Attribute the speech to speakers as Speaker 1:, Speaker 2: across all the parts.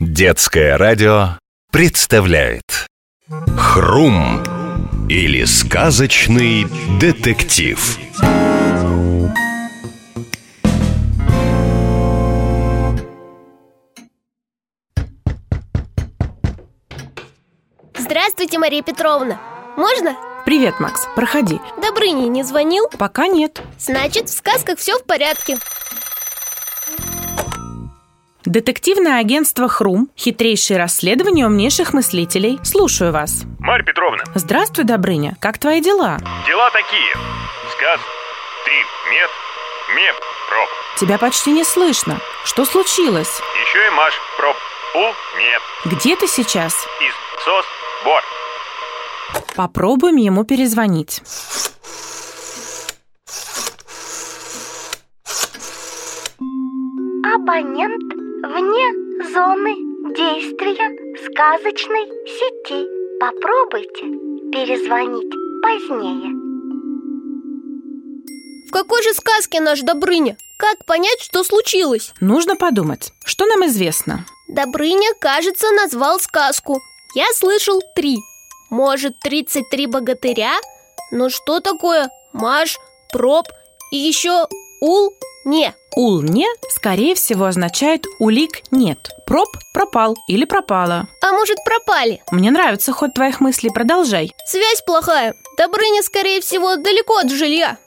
Speaker 1: Детское радио представляет Хрум или сказочный детектив
Speaker 2: Здравствуйте, Мария Петровна. Можно?
Speaker 3: Привет, Макс, проходи
Speaker 2: Добрыни не звонил?
Speaker 3: Пока нет
Speaker 2: Значит, в сказках все в порядке.
Speaker 3: Детективное агентство «Хрум» Хитрейшие расследования умнейших мыслителей Слушаю вас
Speaker 4: Марья Петровна,
Speaker 3: Здравствуй, Добрыня, как твои дела?
Speaker 4: дела такие. Сказ, три, мед, меп, проб.
Speaker 3: Тебя почти не слышно Что случилось?
Speaker 4: Еще и маш, проб, у, мед,
Speaker 3: Где ты сейчас?
Speaker 4: из, сос, бор.
Speaker 3: Попробуем ему перезвонить
Speaker 5: Абонент вне зоны действия сказочной сети. Попробуйте перезвонить позднее.
Speaker 2: В какой же сказке наш Добрыня? Как понять, что случилось?
Speaker 3: Нужно подумать, что нам известно
Speaker 2: Добрыня, кажется, назвал сказку. Я слышал три. Может, 33 богатыря? Но что такое Маш, Проб и еще Ул? Не.
Speaker 3: «Ул не» скорее всего означает «улик нет» «Проб» – «пропал» или «пропала»
Speaker 2: А может, пропали?
Speaker 3: Мне нравится ход твоих мыслей, продолжай
Speaker 2: Связь плохая. Добрыня, скорее всего, далеко от жилья.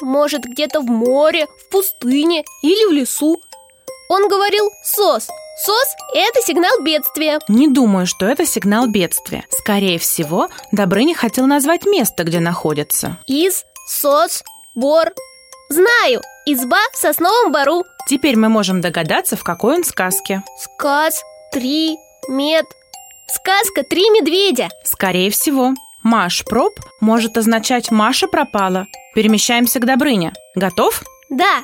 Speaker 2: Может, где-то в море, в пустыне или в лесу. Он говорил «сос». «Сос» — это сигнал бедствия.
Speaker 3: Не думаю, что это сигнал бедствия. Скорее всего, Добрыня хотел назвать место, где находится.
Speaker 2: Из, сос, бор. Знаю, изба в сосновом бору.
Speaker 3: Теперь мы можем догадаться, в какой он сказке.
Speaker 2: Сказ, три, мед. Сказка «Три медведя».
Speaker 3: Скорее всего, Маш проб может означать Маша пропала. Перемещаемся к Добрыне. Готов?
Speaker 2: Да,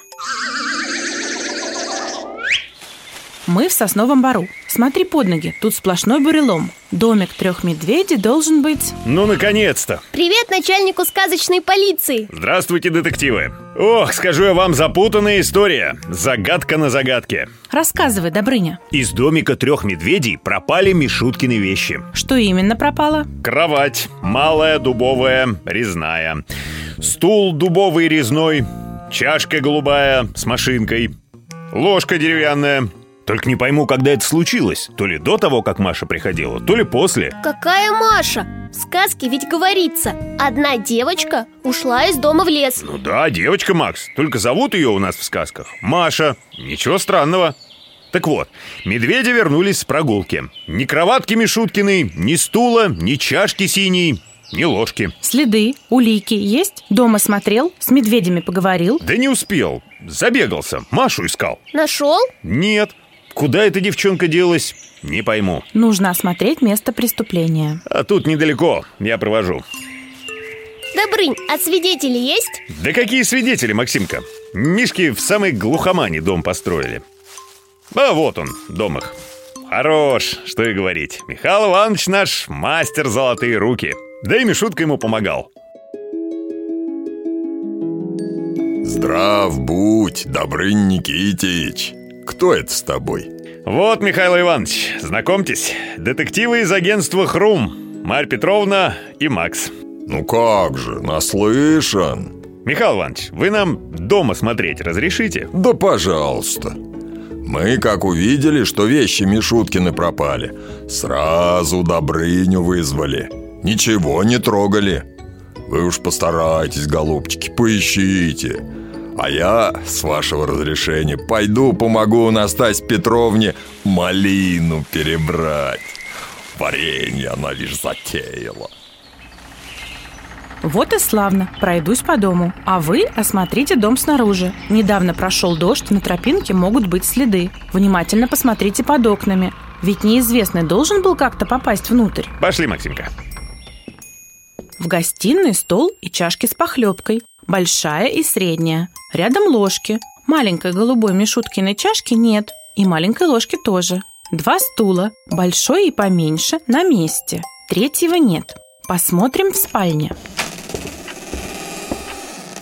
Speaker 3: Мы в сосновом бару. Смотри под ноги, тут сплошной бурелом. Домик трех медведей должен быть...
Speaker 4: Ну, наконец-то!
Speaker 2: привет начальнику сказочной полиции.
Speaker 4: Здравствуйте, детективы. Ох, скажу я вам, запутанная история. Загадка на загадке.
Speaker 3: Рассказывай, Добрыня,
Speaker 4: Из домика трех медведей пропали Мишуткины вещи.
Speaker 3: что именно пропало?
Speaker 4: Кровать, малая, дубовая, резная. Стул дубовый, резной. Чашка голубая с машинкой. Ложка деревянная. Только не пойму, когда это случилось. То ли до того, как Маша приходила, то ли после.
Speaker 2: Какая Маша? В сказке ведь говорится, одна девочка ушла из дома в лес.
Speaker 4: Ну да, девочка Макс, только зовут ее у нас в сказках Маша. Ничего странного. Так вот, медведи вернулись с прогулки. Ни кроватки Мишуткиной, ни стула, ни чашки синей, ни ложки.
Speaker 3: Следы, улики есть? Дома смотрел, с медведями поговорил.
Speaker 4: Да не успел. Забегался. Машу искал.
Speaker 2: Нашел?
Speaker 4: Нет. Куда эта девчонка делась? Не пойму.
Speaker 3: Нужно осмотреть место преступления.
Speaker 4: А тут недалеко. Я провожу.
Speaker 2: Добрынь, а свидетели есть?
Speaker 4: Да какие свидетели, Максимка? Мишки в самой глухомане дом построили. А вот он, дом их. Хорош, что и говорить. Михаил Иванович наш мастер золотые руки. Да и Мишутка ему помогал.
Speaker 6: Здрав будь, Добрын Никитич Кто это с тобой?
Speaker 4: Вот, Михаил Иванович, знакомьтесь, детективы из агентства «Хрум», Марь Петровна и Макс.
Speaker 6: Ну как же, наслышан
Speaker 4: Михаил Иванович, вы нам дома смотреть разрешите?
Speaker 6: Да пожалуйста Мы как увидели, что вещи Мишуткины пропали Сразу Добрыню вызвали Ничего не трогали Вы уж постарайтесь, голубчики, поищите А я, с вашего разрешения, пойду помогу Настасье Петровне малину перебрать Варенье она лишь затеяла
Speaker 3: Вот и славно, пройдусь по дому. А вы осмотрите дом снаружи. Недавно прошел дождь, на тропинке могут быть следы. Внимательно посмотрите под окнами. Ведь неизвестный должен был как-то попасть внутрь.
Speaker 4: Пошли, Максимка.
Speaker 3: В гостиной стол и чашки с похлебкой. Большая и средняя. Рядом ложки. Маленькой голубой Мишуткиной чашки нет. И маленькой ложки тоже. Два стула. Большой и поменьше на месте. Третьего нет. Посмотрим в спальне.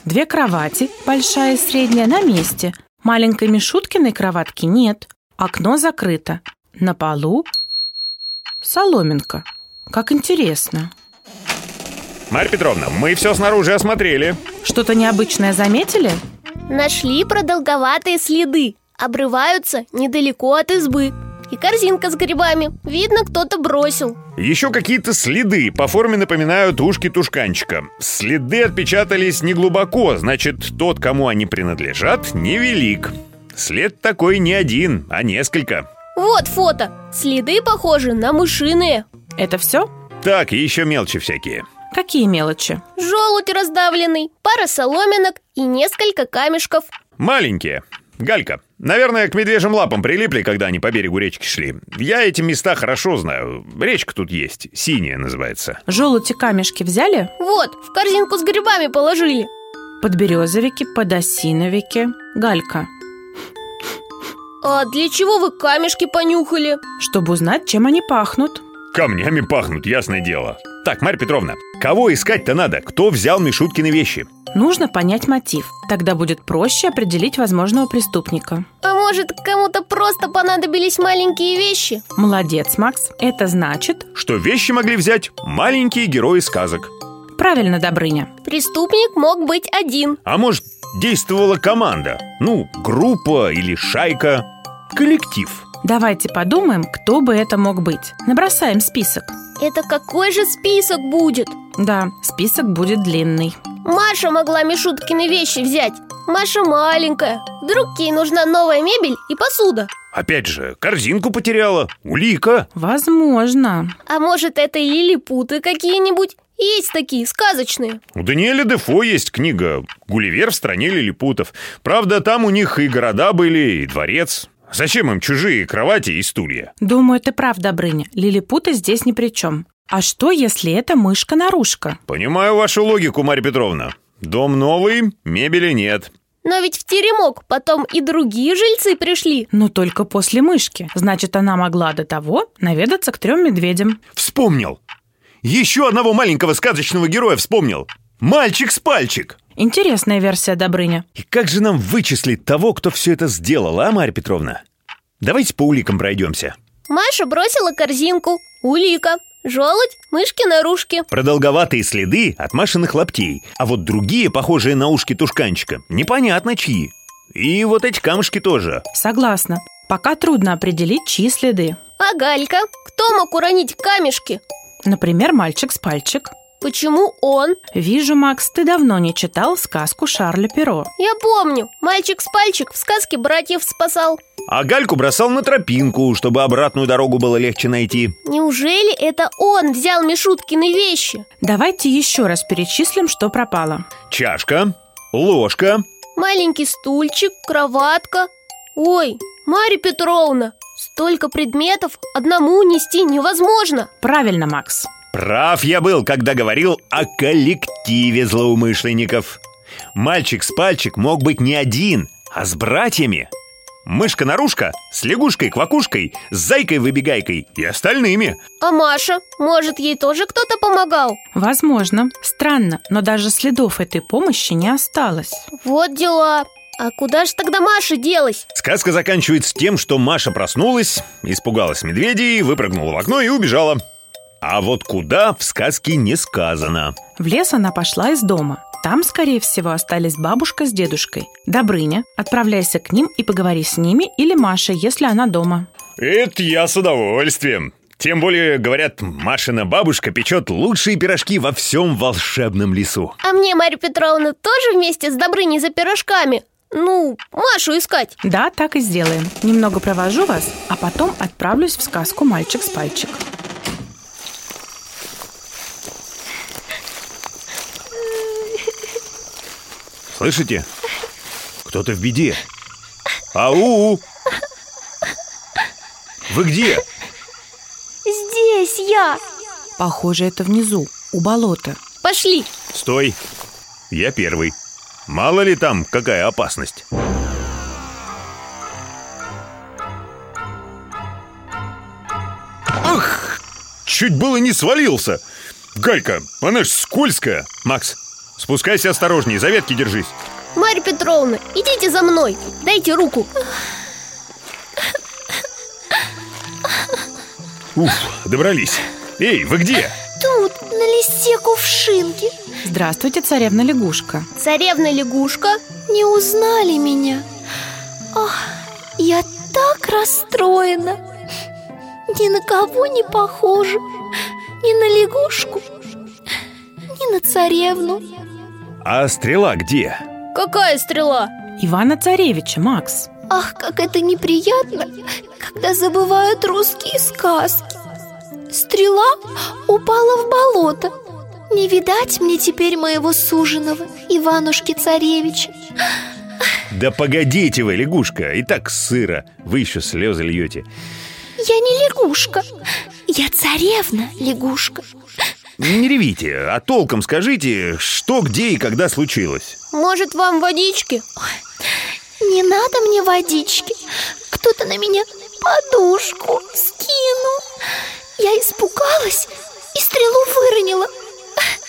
Speaker 3: Две кровати, большая и средняя, на месте. Маленькой Мишуткиной кроватки нет. Окно закрыто. На полу соломинка. Как интересно.
Speaker 4: Марья Петровна, мы все снаружи осмотрели.
Speaker 3: Что-то необычное заметили?
Speaker 2: Нашли продолговатые следы Обрываются недалеко от избы И корзинка с грибами Видно, кто-то бросил
Speaker 4: Еще какие-то следы по форме напоминают ушки тушканчика. Следы отпечатались неглубоко, значит, тот, кому они принадлежат, невелик. След такой не один, а несколько.
Speaker 2: Вот фото Следы похожи на мышиные
Speaker 3: Это все?
Speaker 4: Так, и еще мелочи всякие.
Speaker 3: Какие мелочи?
Speaker 2: Желудь раздавленный, пара соломинок и несколько камешков
Speaker 4: Маленькие. Галька, наверное, к медвежьим лапам прилипли, когда они по берегу речки шли. Я эти места хорошо знаю. Речка тут есть, синяя называется.
Speaker 3: Желудь и камешки взяли?
Speaker 2: Вот, в корзинку с грибами положили
Speaker 3: Подберезовики, подосиновики. Галька,
Speaker 2: А для чего вы камешки понюхали?
Speaker 3: чтобы узнать, чем они пахнут.
Speaker 4: Камнями пахнут, ясное дело. Так, Марья Петровна, кого искать-то надо? Кто взял Мишуткины вещи?
Speaker 3: Нужно понять мотив. Тогда будет проще определить возможного преступника.
Speaker 2: А может, кому-то просто понадобились маленькие вещи?
Speaker 3: Молодец, Макс. Это значит...
Speaker 4: Что вещи могли взять маленькие герои сказок.
Speaker 3: Правильно, Добрыня.
Speaker 2: Преступник мог быть один
Speaker 4: А может, действовала команда? Ну, группа или шайка? Коллектив.
Speaker 3: Давайте подумаем, кто бы это мог быть. Набросаем список.
Speaker 2: Это какой же список будет?
Speaker 3: Да, список будет длинный.
Speaker 2: Маша могла Мишуткины вещи взять Маша маленькая Вдруг ей нужна новая мебель и посуда
Speaker 4: Опять же, корзинку потеряла. Улика.
Speaker 3: Возможно.
Speaker 2: А может, это и лилипуты какие-нибудь? Есть такие, сказочные
Speaker 4: У Даниэля Дефо есть книга «Гулливер в стране лилипутов». Правда, там у них и города были, и дворец. Зачем им чужие кровати и стулья?
Speaker 3: Думаю, ты прав, Добрыня. Лилипуты здесь ни при чем. А что, если это мышка-нарушка?
Speaker 4: Понимаю вашу логику, Марья Петровна. Дом новый, мебели нет.
Speaker 2: Но ведь в теремок потом и другие жильцы пришли
Speaker 3: Но только после мышки. Значит, она могла до того наведаться к трем медведям.
Speaker 4: Вспомнил. Еще одного маленького сказочного героя вспомнил. Мальчик с пальчик.
Speaker 3: Интересная версия, Добрыня.
Speaker 4: И как же нам вычислить того, кто все это сделал, а, Марья Петровна? Давайте по уликам пройдемся.
Speaker 2: Маша бросила корзинку Улика Желудь, мышки наружки
Speaker 4: Продолговатые следы от Машиных лаптей, а вот другие, похожие на ушки тушканчика, непонятно чьи. И вот эти камушки тоже.
Speaker 3: Согласна. Пока трудно определить, чьи следы.
Speaker 2: А Галька? Кто мог уронить камешки?
Speaker 3: Например, мальчик с пальчик.
Speaker 2: Почему он?
Speaker 3: Вижу, Макс, ты давно не читал сказку Шарля Перо.
Speaker 2: Я помню, мальчик с пальчик в сказке братьев спасал
Speaker 4: А гальку бросал на тропинку, чтобы обратную дорогу было легче найти.
Speaker 2: Неужели это он взял Мишуткины вещи?
Speaker 3: Давайте еще раз перечислим, что пропало.
Speaker 4: Чашка, ложка,
Speaker 2: Маленький стульчик, кроватка Ой, Марья Петровна, столько предметов одному нести невозможно
Speaker 3: Правильно, Макс.
Speaker 4: Прав я был, когда говорил о коллективе злоумышленников. Мальчик с пальчик мог быть не один, а с братьями. Мышка-нарушка с лягушкой-квакушкой, с зайкой-выбегайкой и остальными.
Speaker 2: А Маша, может, ей тоже кто-то помогал?
Speaker 3: Возможно. Странно, но даже следов этой помощи не осталось.
Speaker 2: Вот дела А куда же тогда Маша делась?
Speaker 4: Сказка заканчивается тем, что Маша проснулась, испугалась медведей, выпрыгнула в окно и убежала. А вот куда в сказке не сказано.
Speaker 3: В лес она пошла из дома. Там, скорее всего, остались бабушка с дедушкой. Добрыня, отправляйся к ним и поговори с ними или Маша, если она дома.
Speaker 4: Это я с удовольствием. Тем более, говорят, Машина бабушка печет лучшие пирожки во всем волшебном лесу.
Speaker 2: А мне Марья Петровна тоже вместе с Добрыней за пирожками? Ну, Машу искать
Speaker 3: Да, так и сделаем. Немного провожу вас, а потом отправлюсь в сказку «Мальчик с пальчик».
Speaker 4: Слышите? Кто-то в беде. Ау! Вы где?
Speaker 2: Здесь я
Speaker 3: Похоже, это внизу, у болота.
Speaker 2: Пошли
Speaker 4: Стой. Я первый. Мало ли там какая опасность. Ах! Чуть было не свалился. Галька, она ж скользкая. Макс, спускайся осторожнее, за ветки держись.
Speaker 2: Марья Петровна, идите за мной, дайте руку
Speaker 4: Уф, добрались. Эй, вы где?
Speaker 5: Тут, Ну на листе кувшинки
Speaker 3: Здравствуйте, царевна лягушка.
Speaker 2: Царевна лягушка
Speaker 5: Не узнали меня Ах, я так расстроена Ни на кого не похожа Ни на лягушку Ни на царевну
Speaker 4: А стрела где?
Speaker 2: Какая стрела?
Speaker 3: Ивана Царевича, Макс.
Speaker 5: Ах, как это неприятно, когда забывают русские сказки Стрела упала в болото Не видать мне теперь моего суженого, Иванушки-царевича
Speaker 4: Да погодите вы, лягушка, и так сыро. Вы еще слезы льете.
Speaker 5: Я не лягушка, я царевна-лягушка
Speaker 4: Не ревите, а толком скажите, что, где и когда случилось.
Speaker 2: Может, вам водички?
Speaker 5: Не надо мне водички Кто-то на меня подушку скинул Я испугалась и стрелу выронила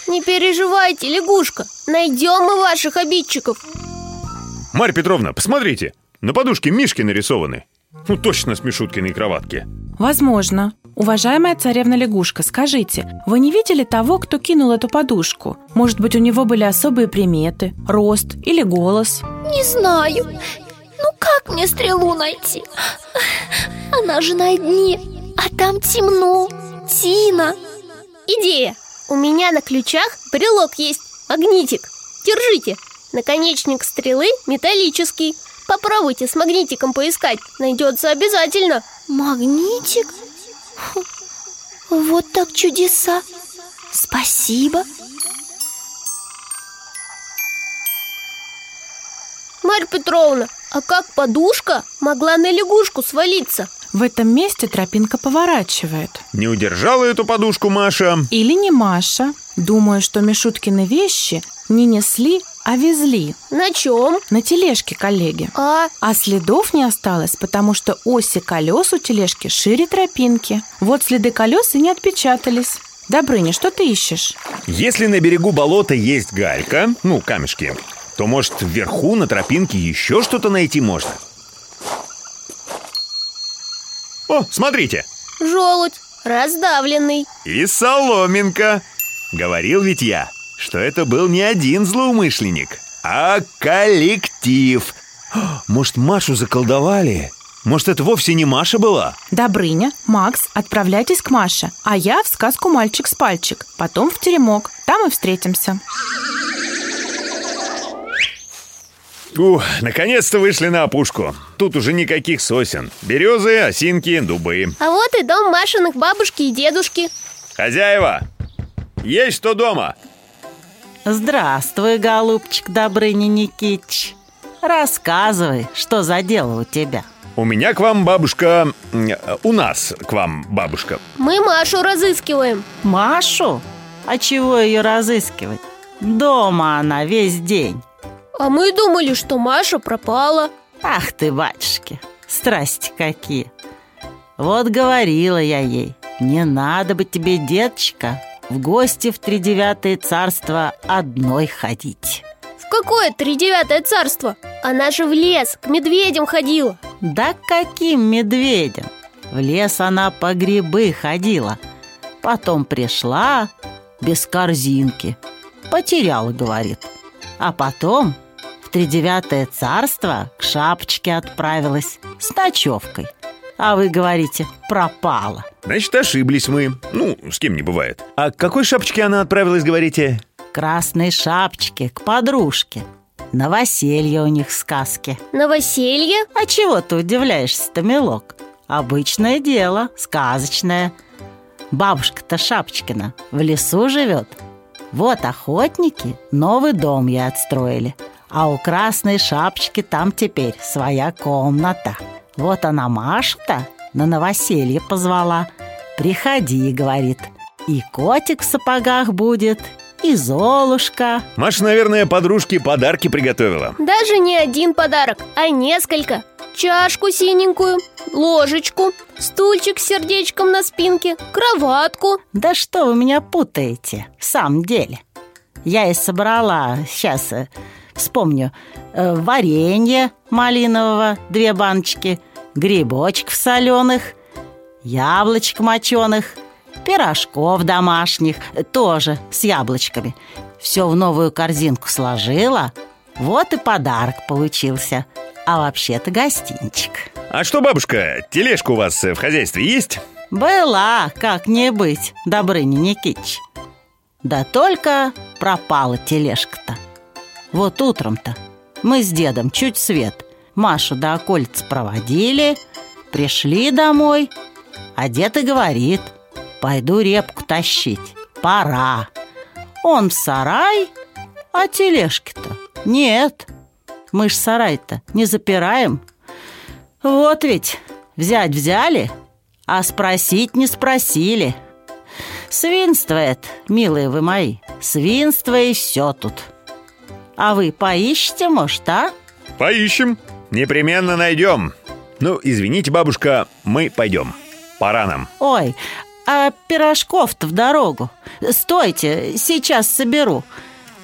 Speaker 2: Не переживайте, лягушка Найдем мы ваших обидчиков
Speaker 4: Марья Петровна, посмотрите, на подушке мишки нарисованы. Ну, точно с Мишуткиной кроватки.
Speaker 3: Возможно. Уважаемая царевна лягушка, скажите, вы не видели того, кто кинул эту подушку? Может быть, у него были особые приметы, рост или голос?
Speaker 5: Не знаю Ну как мне стрелу найти? Она же на дне А там темно Тина
Speaker 2: Идея! У меня на ключах брелок есть, магнитик Держите! Наконечник стрелы металлический Попробуйте с магнитиком поискать, найдется обязательно
Speaker 5: Магнитик? Хм, Вот так чудеса Спасибо
Speaker 2: Марья Петровна, а как подушка могла на лягушку свалиться?
Speaker 3: В этом месте тропинка поворачивает.
Speaker 4: Не удержала эту подушку Маша.
Speaker 3: Или не Маша. Думаю, что Мишуткины вещи не несли, а везли.
Speaker 2: На чем?
Speaker 3: На тележке, коллеги.
Speaker 2: А,
Speaker 3: А следов не осталось, потому что оси колес у тележки шире тропинки. Вот следы колес и не отпечатались. Добрыня, что ты ищешь?
Speaker 4: Если на берегу болота есть галька, ну, камешки, то, может, вверху на тропинке еще что-то найти можно. О, смотрите!
Speaker 2: желудь раздавленный
Speaker 4: И соломинка! Говорил ведь я, что это был не один злоумышленник, а коллектив. О, Может, Машу заколдовали? Может, это вовсе не Маша была?
Speaker 3: Добрыня, Макс, отправляйтесь к Маше, а я в сказку «Мальчик с пальчик», потом в теремок, там и встретимся.
Speaker 4: Ух, наконец-то вышли на опушку. Тут уже никаких сосен. Березы, осинки, дубы.
Speaker 2: А вот и дом Машиных бабушки и дедушки
Speaker 4: Хозяева, есть что дома?
Speaker 7: Здравствуй, голубчик Добрыня Никитич. Рассказывай, что за дело у тебя.
Speaker 4: У меня к вам бабушка... м, э, У нас к вам бабушка.
Speaker 2: Мы Машу разыскиваем
Speaker 7: Машу? А чего ее разыскивать? Дома она весь день.
Speaker 2: А мы думали, что Маша пропала
Speaker 7: Ах ты, батюшки, страсти какие. Вот говорила я ей, не надо бы тебе, деточка, в гости в тридевятое царство одной ходить.
Speaker 2: В какое тридевятое царство? Она же в лес к медведям ходила
Speaker 7: Да к каким медведям? В лес она по грибы ходила. Потом пришла без корзинки. Потеряла, говорит. А потом в тридевятое царство к шапочке отправилась с ночевкой. А вы говорите, пропала.
Speaker 4: Значит, ошиблись мы. Ну, с кем не бывает. А к какой шапочке она отправилась, говорите?
Speaker 7: Красной шапочке к подружке. Новоселье у них сказки.
Speaker 2: Новоселье?
Speaker 7: А чего ты удивляешься-то, милок? Обычное дело, сказочное. Бабушка-то Шапочкина в лесу живет. Вот охотники новый дом ей отстроили. А у Красной Шапочки там теперь своя комната. Вот она Машу-то на новоселье позвала. «Приходи», — говорит. «И котик в сапогах будет, и Золушка».
Speaker 4: Маша, наверное, подружке подарки приготовила.
Speaker 2: Даже не один подарок, а несколько Чашку синенькую, ложечку, стульчик с сердечком на спинке, кроватку
Speaker 7: Да что вы меня путаете, в самом деле. Я и собрала, сейчас вспомню, э, варенье малинового, две баночки, грибочков соленых. яблочек моченых, пирожков домашних, э, тоже с яблочками. Все в новую корзинку сложила, вот и подарок получился. А вообще-то гостинчик.
Speaker 4: А что, бабушка, тележка у вас э, в хозяйстве есть?
Speaker 7: Была, как не быть, Добрыня Никитич. Да только пропала тележка-то. Вот утром-то мы с дедом чуть свет Машу до околиц проводили, пришли домой, а дед и говорит, пойду репку тащить, пора. Он в сарай, а тележки-то нет. Мы ж сарай-то не запираем. Вот ведь взять взяли, а спросить не спросили. Свинство это, милые вы мои, свинство и все тут. А вы поищите, может, а?
Speaker 4: Поищем. Непременно найдем. Ну, извините, бабушка, мы пойдем. Пора нам.
Speaker 7: Ой, а пирожков-то в дорогу. Стойте, сейчас соберу.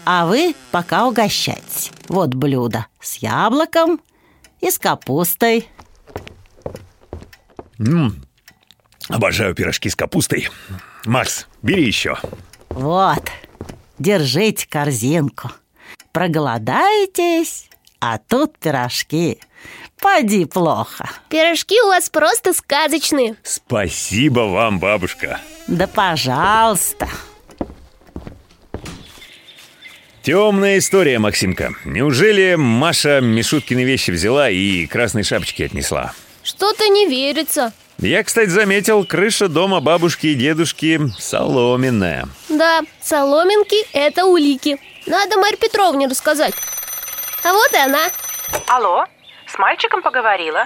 Speaker 7: А вы пока угощайтесь. Вот блюдо с яблоком и с капустой.
Speaker 4: Обожаю пирожки с капустой. Макс, бери еще.
Speaker 7: Вот, держите корзинку. Проголодаетесь, а тут пирожки. Поди плохо.
Speaker 2: Пирожки у вас просто сказочные
Speaker 4: Спасибо вам, бабушка.
Speaker 7: Да пожалуйста.
Speaker 4: Темная история, Максимка. Неужели Маша Мишуткины вещи взяла и красной шапочки отнесла?
Speaker 2: Что-то не верится
Speaker 4: Я, кстати, заметил, крыша дома бабушки и дедушки соломенная.
Speaker 2: Да, соломинки – это улики Надо Марь Петровне рассказать А вот и она
Speaker 8: Алло, с мальчиком поговорила.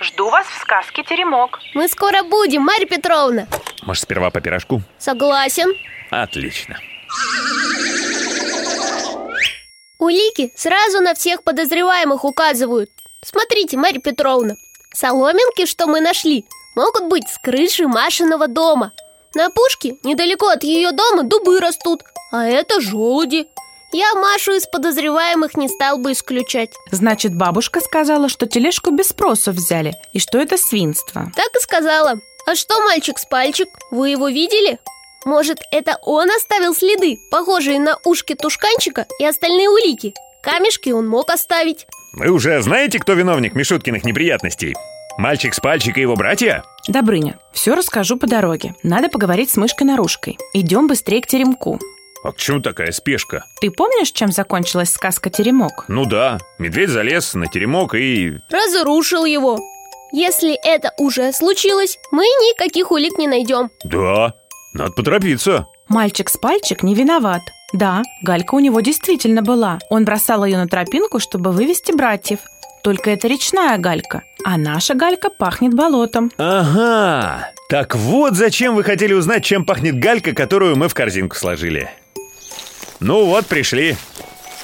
Speaker 8: Жду вас в сказке «Теремок».
Speaker 2: Мы скоро будем, Марья Петровна
Speaker 4: Может, сперва по пирожку?
Speaker 2: Согласен
Speaker 4: Отлично.
Speaker 2: Улики сразу на всех подозреваемых указывают. Смотрите, Марья Петровна, соломинки, что мы нашли, могут быть с крыши Машиного дома. На пушке недалеко от ее дома дубы растут, а это желуди. Я Машу из подозреваемых не стал бы исключать.
Speaker 3: Значит, бабушка сказала, что тележку без спроса взяли, и что это свинство.
Speaker 2: Так и сказала. А что мальчик с пальчик? Вы его видели? Может, это он оставил следы, похожие на ушки тушканчика и остальные улики? Камешки он мог оставить.
Speaker 4: Вы уже знаете, кто виновник Мишуткиных неприятностей? Мальчик с пальчик и его братья?
Speaker 3: Добрыня, все расскажу по дороге. Надо поговорить с мышкой-нарушкой. Идем быстрее к теремку.
Speaker 4: А к чему такая спешка?
Speaker 3: Ты помнишь, чем закончилась сказка «Теремок»?
Speaker 4: Ну да, медведь залез на теремок и...
Speaker 2: разрушил его. Если это уже случилось, мы никаких улик не найдем.
Speaker 4: Да, надо поторопиться.
Speaker 3: Мальчик с пальчик не виноват. Да, галька у него действительно была. Он бросал ее на тропинку, чтобы вывести братьев. Только это речная галька, а наша галька пахнет болотом.
Speaker 4: Ага, так вот зачем вы хотели узнать, чем пахнет галька, которую мы в корзинку сложили. Ну вот, пришли.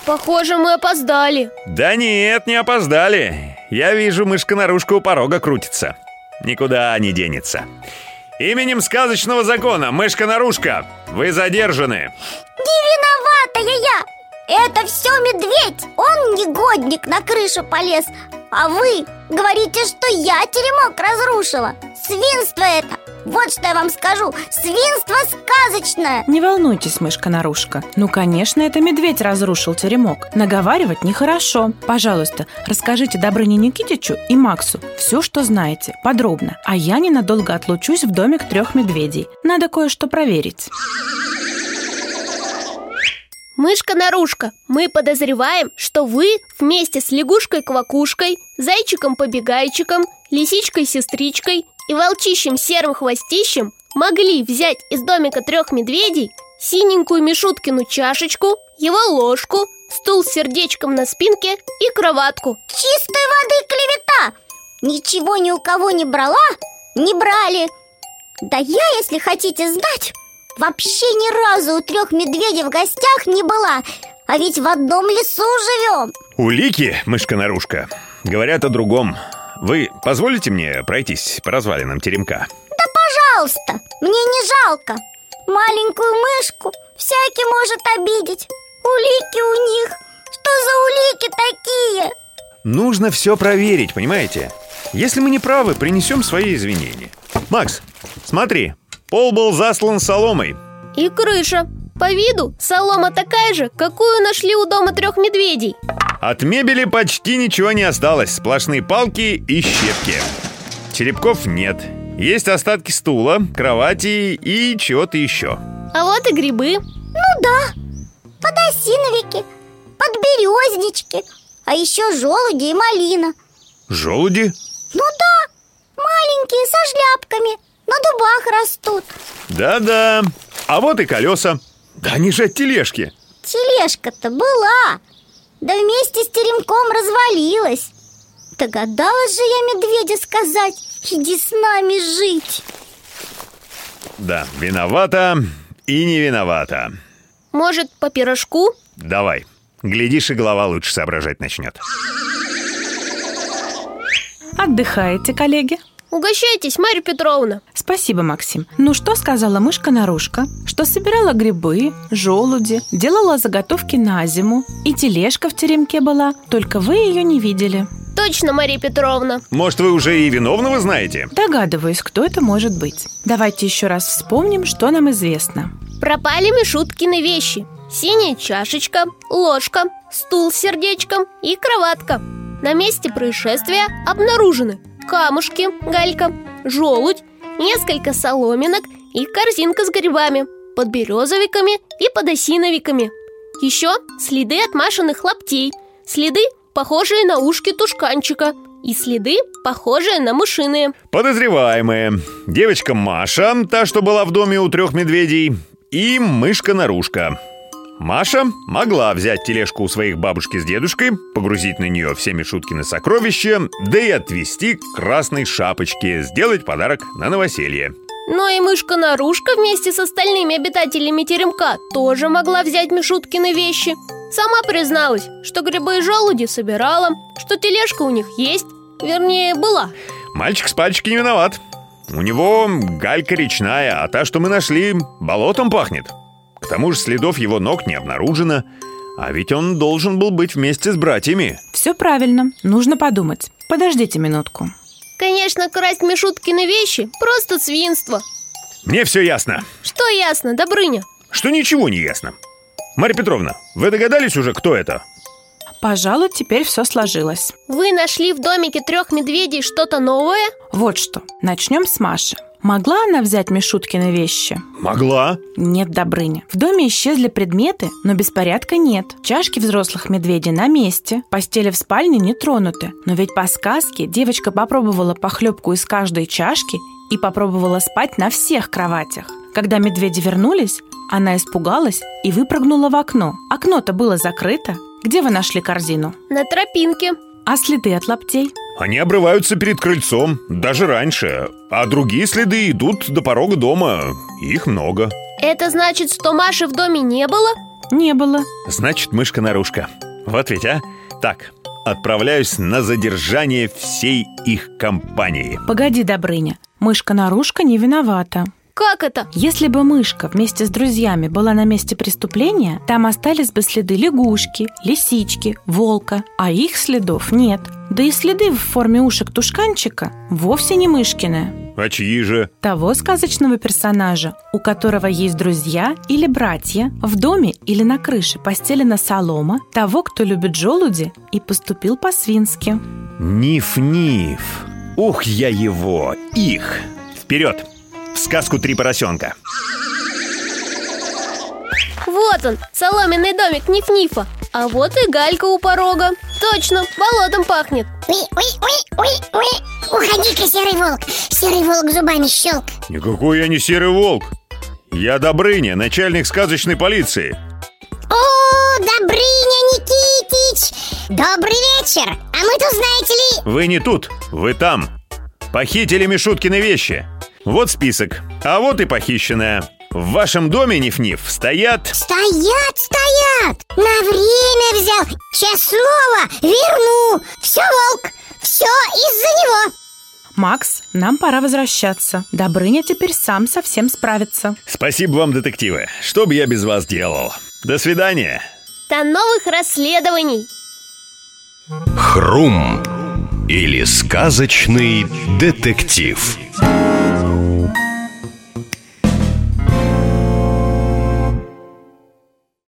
Speaker 2: Похоже, мы опоздали.
Speaker 4: Да нет, не опоздали. Я вижу, мышка-нарушка у порога крутится. Никуда не денется. Именем сказочного закона, мышка-нарушка, вы задержаны.
Speaker 9: Не виновата я я! Это все медведь! Он негодник на крышу полез А вы говорите, что я теремок разрушила Свинство это! Вот что я вам скажу Свинство сказочное
Speaker 3: Не волнуйтесь, мышка-нарушка. Ну, конечно, это медведь разрушил теремок. Наговаривать нехорошо. Пожалуйста, расскажите Добрыне Никитичу и Максу все, что знаете, подробно. А я ненадолго отлучусь в домик трех медведей. Надо кое-что проверить.
Speaker 2: Мышка-нарушка, мы подозреваем, что вы вместе с лягушкой-квакушкой, зайчиком-побегайчиком, лисичкой-сестричкой и волчищем-серым хвостищем могли взять из домика трех медведей синенькую Мишуткину чашечку, его ложку, стул с сердечком на спинке и кроватку.
Speaker 9: Чистой воды клевета Ничего ни у кого не брала, не брали Да я, если хотите знать, вообще ни разу у трех медведей в гостях не была А ведь в одном лесу живем
Speaker 4: Улики, мышка-нарушка, говорят о другом. Вы позволите мне пройтись по развалинам теремка?
Speaker 9: Пожалуйста, мне не жалко Маленькую мышку всякий может обидеть Улики у них Что за улики такие?
Speaker 4: Нужно все проверить, понимаете? Если мы не правы, принесем свои извинения. Макс, смотри, пол был заслан соломой.
Speaker 2: И крыша. По виду солома такая же, какую нашли у дома трех медведей.
Speaker 4: От мебели почти ничего не осталось. Сплошные палки и щепки. Черепков нет. Есть остатки стула, кровати и чего-то еще.
Speaker 2: А вот и грибы.
Speaker 9: Ну да, подосиновики, подберезнички, а еще желуди и малина
Speaker 4: Желуди?
Speaker 9: Ну да, маленькие, со шляпками, на дубах растут
Speaker 4: Да-да. А вот и колеса. Да они же от тележки.
Speaker 9: Тележка-то была, да вместе с теремком развалилась Догадалась же я медведя сказать, иди с нами жить
Speaker 4: Да, виновата и не виновата.
Speaker 2: Может, по пирожку?
Speaker 4: Давай. Глядишь, и голова лучше соображать начнет.
Speaker 3: Отдыхаете, коллеги?
Speaker 2: Угощайтесь, Марья Петровна.
Speaker 3: Спасибо, Максим. Ну что сказала мышка-нарушка? Что собирала грибы, желуди, делала заготовки на зиму. И тележка в теремке была, только вы ее не видели.
Speaker 2: Точно, Мария Петровна.
Speaker 4: Может, вы уже и виновного знаете?
Speaker 3: Догадываюсь, кто это может быть. Давайте еще раз вспомним, что нам известно.
Speaker 2: Пропали Мишуткины вещи. Синяя чашечка, ложка, стул с сердечком и кроватка. На месте происшествия обнаружены камушки, галька, желудь, несколько соломинок и корзинка с грибами, под березовиками и под осиновиками. Еще следы отмашенных лаптей, следы, похожие на ушки тушканчика, и следы, похожие на мышиные.
Speaker 4: Подозреваемые. Девочка Маша, та, что была в доме у трех медведей, и мышка-нарушка. Маша могла взять тележку у своих бабушки с дедушкой, погрузить на нее все Мишуткины сокровища, да и отвезти к красной шапочке, сделать подарок на новоселье.
Speaker 2: Но и мышка-нарушка вместе с остальными обитателями теремка тоже могла взять Мишуткины вещи. Сама призналась, что грибы и желуди собирала, что тележка у них есть, вернее, была.
Speaker 4: Мальчик с пальчики не виноват. У него галька речная, а та, что мы нашли, болотом пахнет. К тому же следов его ног не обнаружено. А ведь он должен был быть вместе с братьями.
Speaker 3: Все правильно, нужно подумать. Подождите минутку.
Speaker 2: Конечно, красть Мишуткины вещи – просто свинство.
Speaker 4: Мне все ясно.
Speaker 2: Что ясно, Добрыня?
Speaker 4: Что ничего не ясно. Марья Петровна, вы догадались уже, кто это?
Speaker 3: Пожалуй, теперь все сложилось.
Speaker 2: Вы нашли в домике трех медведей что-то новое?
Speaker 3: Вот что, начнем с Маши. Могла она взять Мишуткины вещи?
Speaker 4: Могла.
Speaker 3: Нет, Добрыня. В доме исчезли предметы, но беспорядка нет. Чашки взрослых медведей на месте, постели в спальне не тронуты. Но ведь по сказке девочка попробовала похлебку из каждой чашки и попробовала спать на всех кроватях. Когда медведи вернулись, она испугалась и выпрыгнула в окно. Окно-то было закрыто. Где вы нашли корзину?
Speaker 2: На тропинке.
Speaker 3: А следы от лаптей?
Speaker 4: Они обрываются перед крыльцом, даже раньше. А другие следы идут до порога дома. Их много.
Speaker 2: Это значит, что Маши в доме не было?
Speaker 3: Не было.
Speaker 4: Значит, мышка-нарушка. Вот ведь, а? Так, отправляюсь на задержание всей их компании.
Speaker 3: Погоди, Добрыня. Мышка-нарушка не виновата.
Speaker 2: Как это?
Speaker 3: Если бы мышка вместе с друзьями была на месте преступления, там остались бы следы лягушки, лисички, волка, а их следов нет. Да и следы в форме ушек тушканчика вовсе не мышкины.
Speaker 4: А чьи же?
Speaker 3: Того сказочного персонажа, у которого есть друзья или братья, в доме или на крыше постелена солома, того, кто любит желуди и поступил по-свински.
Speaker 4: Ниф-ниф. Ух, я его. Их. Вперед. В сказку «Три поросенка».
Speaker 2: Вот он, соломенный домик Ниф-Нифа. А вот и галька у порога. Точно, болотом пахнет.
Speaker 9: Уи, уи, уи, уи, уи. Уходи-ка, серый волк Серый волк зубами щелк
Speaker 4: Никакой я не серый волк. Я Добрыня, начальник сказочной полиции.
Speaker 9: О, Добрыня Никитич Добрый вечер А мы тут, знаете ли,
Speaker 4: Вы не тут, вы там. Похитили Мишуткины вещи. Вот список. А вот и похищенная. В вашем доме, Ниф-Ниф, стоят...
Speaker 9: стоят, стоят На время взял Сейчас снова верну Все, волк, все из-за него
Speaker 3: Макс, нам пора возвращаться. Добрыня теперь сам совсем справится.
Speaker 4: Спасибо вам, детективы. Что бы я без вас делал? До свидания.
Speaker 2: До новых расследований!
Speaker 1: Хрум или сказочный детектив.